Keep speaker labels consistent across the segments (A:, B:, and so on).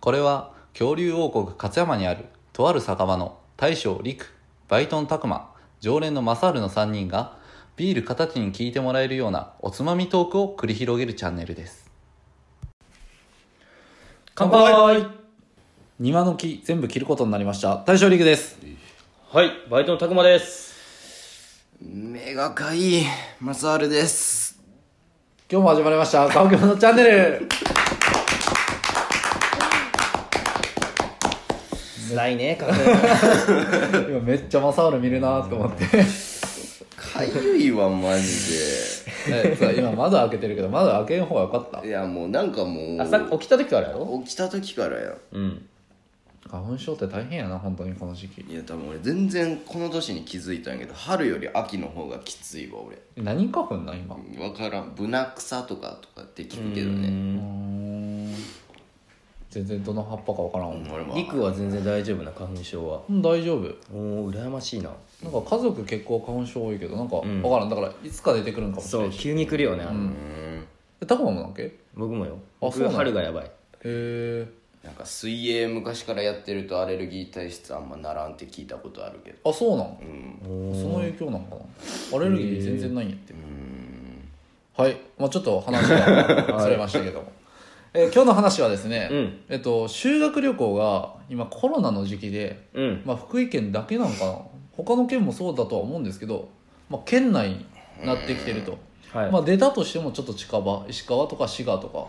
A: これは恐竜王国勝山にあるとある酒場の大将陸バイトン拓磨常連のマサールの3人がビール形に聞いてもらえるようなおつまみトークを繰り広げるチャンネルです乾杯庭の木全部切ることになりました大将陸です
B: はい、バイトのたくまです。
C: 目がかいいマサールです
A: 今日も始まりました「カオキョのチャンネ ル
B: 辛いね、か」
A: 今めっちゃマサール見るなと思って
C: かゆいわ マジ
A: えそう今窓開けてるけど窓開けん方がよかった
C: でいやもうなんかもう
B: 朝起きた時からやろ
C: 起きた時からや
B: うん。
A: 花粉症って大変やな本当にこの時期
C: いや多分俺全然この年に気づいたんやけど春より秋の方がきついわ俺
A: 何花粉なん今
C: 分からんブナクサとかとかって聞くけどね
A: 全然どの葉っぱかわからんわ、
C: 俺も
B: 陸は全然大丈夫な、花粉症は。
A: うん、大丈夫
B: おー、羨ましいな。
A: なんか家族結構花粉症多いけどなんか
B: ん
A: 分からんだからいつか出てくるんかもしれ
B: そう、
A: ないし
B: 急に来るよね。あの
C: うん
A: えタコマもなんだっけへ
B: 僕もよ。
A: そう
B: 僕
A: なの
B: 春がやばい。
A: え
C: なんか水泳昔からやってるとアレルギー体質あんまならんって聞いたことあるけど
A: あそうなん
C: うん
A: その影響なのかなアレルギー全然ないんやって
C: うん
A: はい、まあ、ちょっと話 がそれましたけども、えー今日の話はですね、
B: うん
A: えっと、修学旅行が今コロナの時期で、
B: うん。
A: まあ、福井県だけなのかな他の県もそうだとは思うんですけど、まあ、県内になってきてると、
B: はい。
A: まあ、出たとしてもちょっと近場石川とか滋賀とか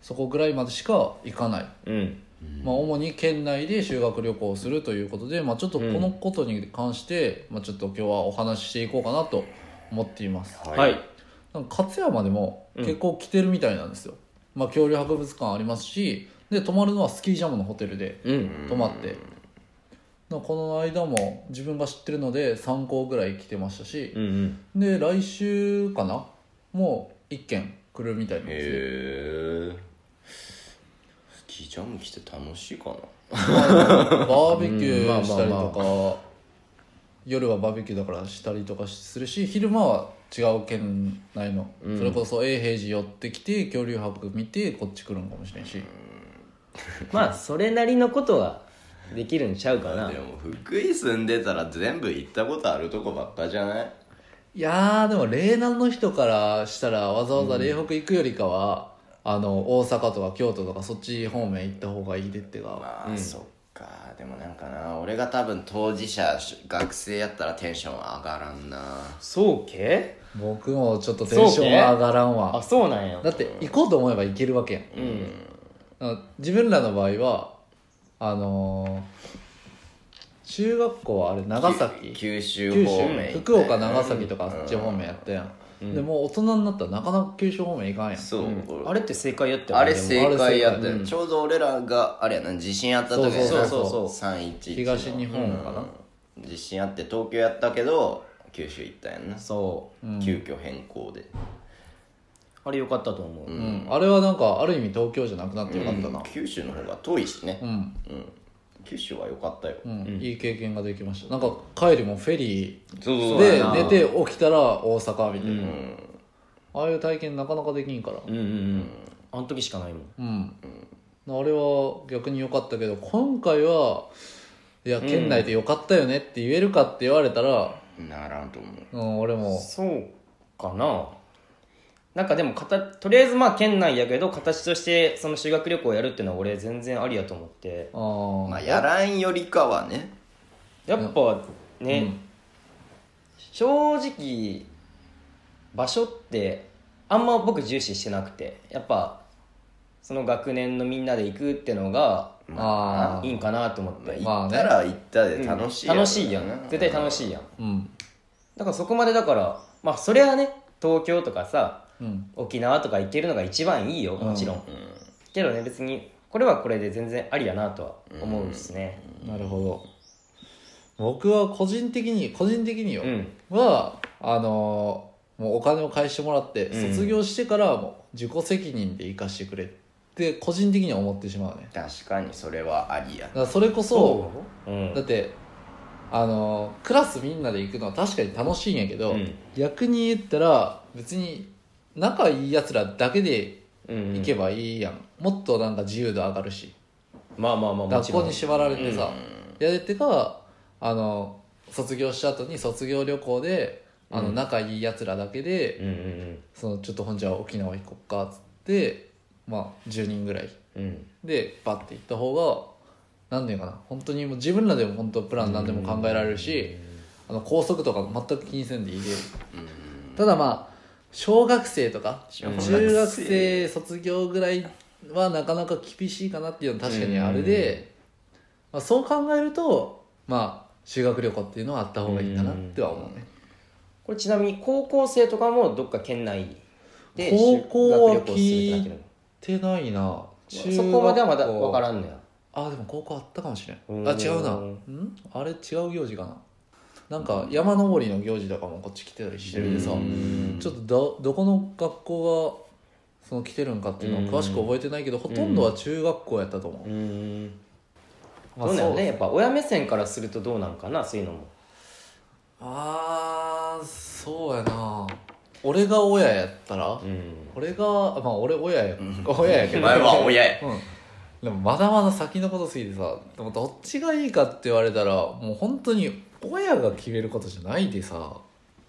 A: そこぐらいまでしか行かない、
B: うん。
A: まあ、主に県内で修学旅行をするということで、まあ、ちょっとこのことに関して、まあ、ちょっと今日はお話ししていこうかなと思っています
B: はい。
A: なんか勝山でも結構来てるみたいなんですよ、まあ恐竜博物館ありますしで泊まるのはスキージャムのホテルで
B: うん。
A: 泊まって、なんかこの間も自分が知ってるので3校ぐらい来てましたし
B: う、んうん。
A: で来週かなもう1軒来るみたいなんですよ
C: へえスキージャム来て楽しいかな
A: バーベキューしたりとか、夜はバーベキューだからしたりとかするし昼間は違う県内の、それこそ永平寺寄ってきて恐竜博見てこっち来るんかもしれんし、
B: まあ、それなりのことはできるんちゃうかな
C: で。も福井住んでたら全部行ったことあるとこばっかじゃない
A: いやーでも嶺南の人からしたらわざわざ嶺北行くよりかは、あの大阪とか京都とかそっち方面行った方がいいでってが
C: まあ、そっかでもなんかな俺が多分当事者学生やったらテンション上がらんな
B: そうけ
A: 僕もちょっとテンションは上がらん
B: あ、
A: わ、
B: そうなんや
A: だ。って行こうと思えば行けるわけやん
B: うん。
A: あの自分らの場合はあのー中学校はあれ長崎
C: 九州
A: 九
C: 方面行っ
A: 州
C: て
A: 福岡長崎とかあっち方面やったやん、でもう大人になったらなかなか九州方面行かんやん
C: そう、
B: あ
C: あ
B: れ
C: れ
B: って正解やったよ
C: あ
B: ね
C: れ
B: でも
C: 正解やった
A: あれ正解
C: よちょうど俺らがあれやな地震あった時
A: そうそうそうそう
B: そう
C: 311
A: 東日本かな、
C: うん地震あって東京やったけど九州行ったやんな、
B: そ
C: 急遽変更で
B: う。あれ良かったと思う。
A: うんあれはなんかある意味東京じゃなくなってよかったな
C: 九州の方が遠いしね、
A: うん
C: うん九州は良かったよ、
A: うんいい経験ができましたなんか帰りもフェリ
C: そう
A: ー
C: そう
A: で
C: そう
A: 寝て起きたら大阪みたいな、
C: うん
A: ああいう体験なかなかできんから
B: うんうんうん。あの時しかないもん。
A: うん、あれは逆に良かったけど今回はいや県内で良かったよねって言えるかって言われたら、
C: ならんと
A: う
C: 思う
A: ん俺も
B: そうかななんかでもかたとりあえずまあ県内やけど形としてその修学旅行やるっていうのは俺全然ありやと思って
A: あ
C: ま
A: あ
C: あやらんよりかはね
B: やっぱね、
A: うん
B: 正直場所ってあんま僕重視してなくてやっぱその学年のみんなで行くってのが
A: あ
B: いいんかなと思って、
A: まあ
C: 行っ
A: ね
C: たら行ったで
B: うん
C: 楽しい
B: 楽しいやん絶対楽
C: しい
B: しいやん
A: うん
B: だからそこまでだからまあそれはね東京とかさ
A: うん
B: 沖縄とか行けるのが一番いいよもちろん、けどね別にこれはこれで全然ありやなとは思うんですね
A: なるほど僕は個人的に個人的によ、
B: うん、
A: はあのーもうお金を返してもらって、
B: うん
A: 卒業してからはもう自己責任で生かしてくれって個人的には思ってしまうね
C: 確かにそれはありや
A: だからそれこそ
B: そう、うん
A: だってあのークラスみんなで行くのは確かに楽しいんやけど、
B: うん
A: 逆に言ったら別に仲いいやつらだけで
B: うん
A: 行けばいいやん、もっとなんか自由度上がるし
B: まあまあまあも
A: 学
B: ちろ
A: 校
B: ん
A: に縛られてさ、やれてかあの卒業した後に卒業旅行であの仲いいやつらだけで、
B: うんうん
A: そのちょっと本じゃあ沖縄行こっかっつってまあ10人ぐらい
B: うんうん
A: でバッて行った方が何ていうかな本当にもう自分らでも本当プラン何でも考えられるし、あの高速とか全く気にせんでいいで、ただまあ小学生とか
C: 小学生
A: 中学生卒業ぐらいはなかなか厳しいかなっていうのは確かにあれで、まあ、そう考えるとまあ修学旅行っていうのはあった方がいいかなっては思うね、
B: これちなみに高校生とかもどっか県内で
A: 高校は
B: 修学旅行するってなってるの
A: ってないな中
B: そこまではまだ
A: 学校
B: 分からんのや
A: あでも高校あったかもしれん
B: うん
A: あ違うなんあれ違う行事かななんか山登りの行事とかもこっち来てたりしてるでさ
C: うん
A: ちょっとどどこの学校がその来てるんかっていうのは詳しく覚えてないけどほとんどは中学校やったと思う、
B: うん
A: ま
B: ど
A: あ
B: うな
A: そ
B: のねやっぱ親目線からするとどうなんかなそういうのも
A: あーそうやな俺が親やったら、
B: うん
A: 俺がまあ俺親や、親やけ
C: お
A: ど
C: 前は親や
A: うん、でもまだまだ先のことすぎてさでもどっちがいいかって言われたらもう本当に親が決めることじゃないでさ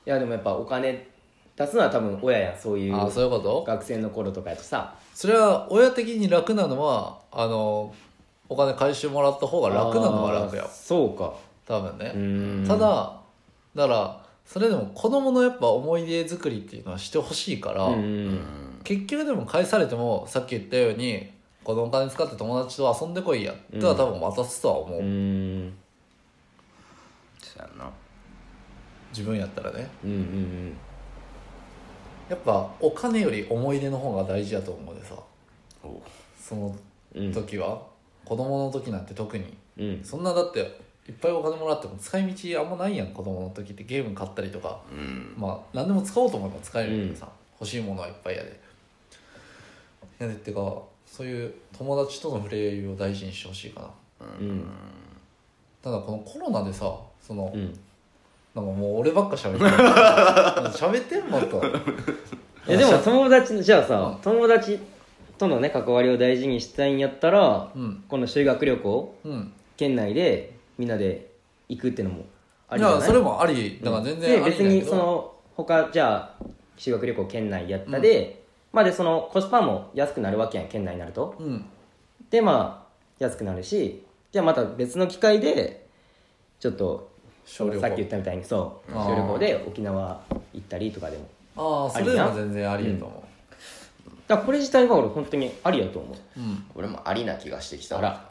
B: いやでもやっぱお金出すのは多分親やんそういう
A: あそういうこと
B: 学生の頃とかやとさ
A: それは親的に楽なのはあのお金回収もらった方が楽なのは楽
B: あ
A: よ
B: ーそうか
A: 多分ね、
B: うん
A: ただだからそれでも子供のやっぱ思い出作りっていうのはしてほしいから、
B: うん
A: 結局でも返されてもさっき言ったようにこのお金使って友達と遊んでこいやとは多分渡すとは思う、
B: うん
C: そうやな
A: 自分やったらね
B: うんうん
A: やっぱお金より思い出の方が大事だと思うでさ
C: おう
A: その
B: うん
A: 時は、子供の時なんて特に
B: うん
A: そんなだっていっぱいお金もらっても使い道あんまないやん子供の時ってゲーム買ったりとか
C: うん
A: まあ何でも使おうと思えば使えるけどさ、欲しいものはいっぱいやでやでってかそういう友達との触れ合いを大事にしてほしいかな
B: うん
A: ただこのコロナでさその、
B: うん
A: なんかもう俺ばっか喋って る喋ってんもっと
B: いやでも友達のじゃあ
A: う
B: さ友達とのね関わりを大事にしたいんやったら
A: うん
B: この修学旅行
A: うん
B: 県内でみんなで行くってのもあ
A: い
B: りじゃ
A: や
B: ない
A: それもありだから全
B: で
A: 然あり
B: 別
A: だけ
B: に
A: ど
B: その他じゃあ修学旅行県内やったで、まあでそのコスパも安くなるわけやん県内になると
A: うん
B: でまあ安くなるしじゃあまた別の機会でちょっと
A: 小旅行
B: さっき言ったみたいにそう
A: あー
B: 小旅行で沖縄行ったりとかで
A: あ
B: も
A: あそれでも全然ありやと思
B: だからこれ自体は俺本当にありやと思う
A: ううん
C: 俺もありな気がしてきた
B: あら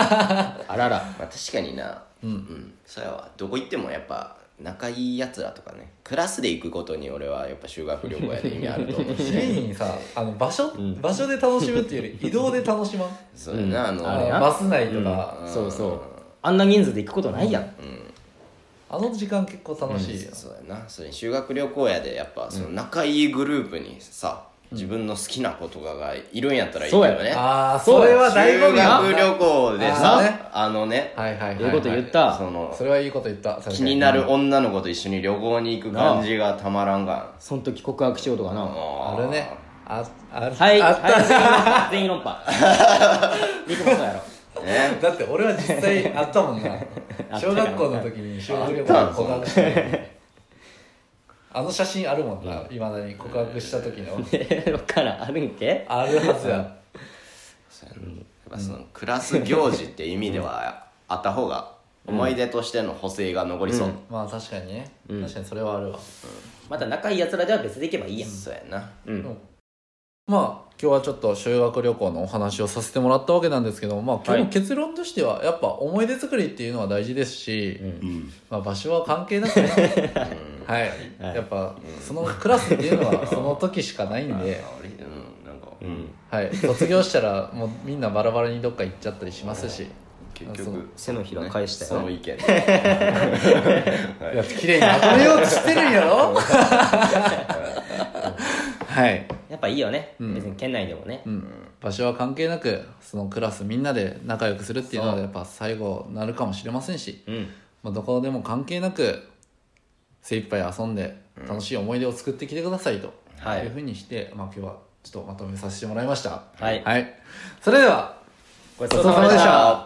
B: あらら
C: まあ確かにな
A: うん
C: そうやわどこ行ってもやっぱ仲いいやつらとかねクラスで行くことに俺はやっぱ修学旅行やで意味あると思うし
A: メインにさあの場所、場所で楽しむっていうより移動で楽しまん
C: そうやなあの
A: あ
B: あれ
A: の
B: な
A: バス内とか、
B: そうそうあんな人数で行くことないやん
A: あの時間結構楽しいよ、
C: そうやなそれに修学旅行やでやっぱその仲いいグループにさ、自分の好きな子とかがいるんやったらいいけど
B: そう
C: ね
B: や
A: ああそれは醍醐味や
C: 修学旅行でさ
A: あ
C: あ,、
A: ーね
C: のね
A: はいはいはい、はい、
B: いうこと言った
C: その
A: それはいいこと言った
C: 気にな
A: る
C: る女の子と一緒に旅行に行く感じがたまらんが
B: その時告白しようとかな
C: あ
A: あ
C: ー
A: るねああ
B: はい、
A: あった、
B: はい、全員論破。リクもそうやろ。
C: ね
A: だって俺は実際あったもんな
B: あったから
A: 小学校の時に修学旅行
C: あったん
A: 告白したあの写真あるもんないまだに告白した時の
B: え、わからん、あるんけ
A: あるはずや
C: そうやなやっぱそのクラス行事って意味ではあった方が思い出としての補正が残りそう、
A: まあ確かにね、確かにそれはあるわ、
B: また仲いい奴らでは別で行けばいいやん。
C: そうやな
B: うん。
A: まあ今日はちょっと修学旅行のお話をさせてもらったわけなんですけど、まあ、今日の結論としてはやっぱ思い出作りっていうのは大事ですし、
C: ん
A: まあ、場所は関係なく ね、はい、やっぱそのクラスっていうのはその時しかないんで、
C: あれうんなんか、
A: はい、卒業したらもうみんなバラバラにどっか行っちゃったりしますし。
C: 結
A: あそう
C: 局
B: 背のひら返したよ
C: その意
A: い
C: 見
A: や綺麗にまとめようとしてるんやろはい、
B: やっぱいいよね。別に県内でもね
A: う。ん、場所は関係なくそのクラスみんなで仲良くするっていうのはやっぱ最後なるかもしれませんし、
B: うん。
A: まあ、どこでも関係なく精一杯遊んで楽しい思い出を作ってきてくださいと、
B: はい
A: いうふうにして、まあ、今日はちょっとまとめさせてもらいました
B: はい
A: はい、それでは
B: ごち
A: ごちそうさまでした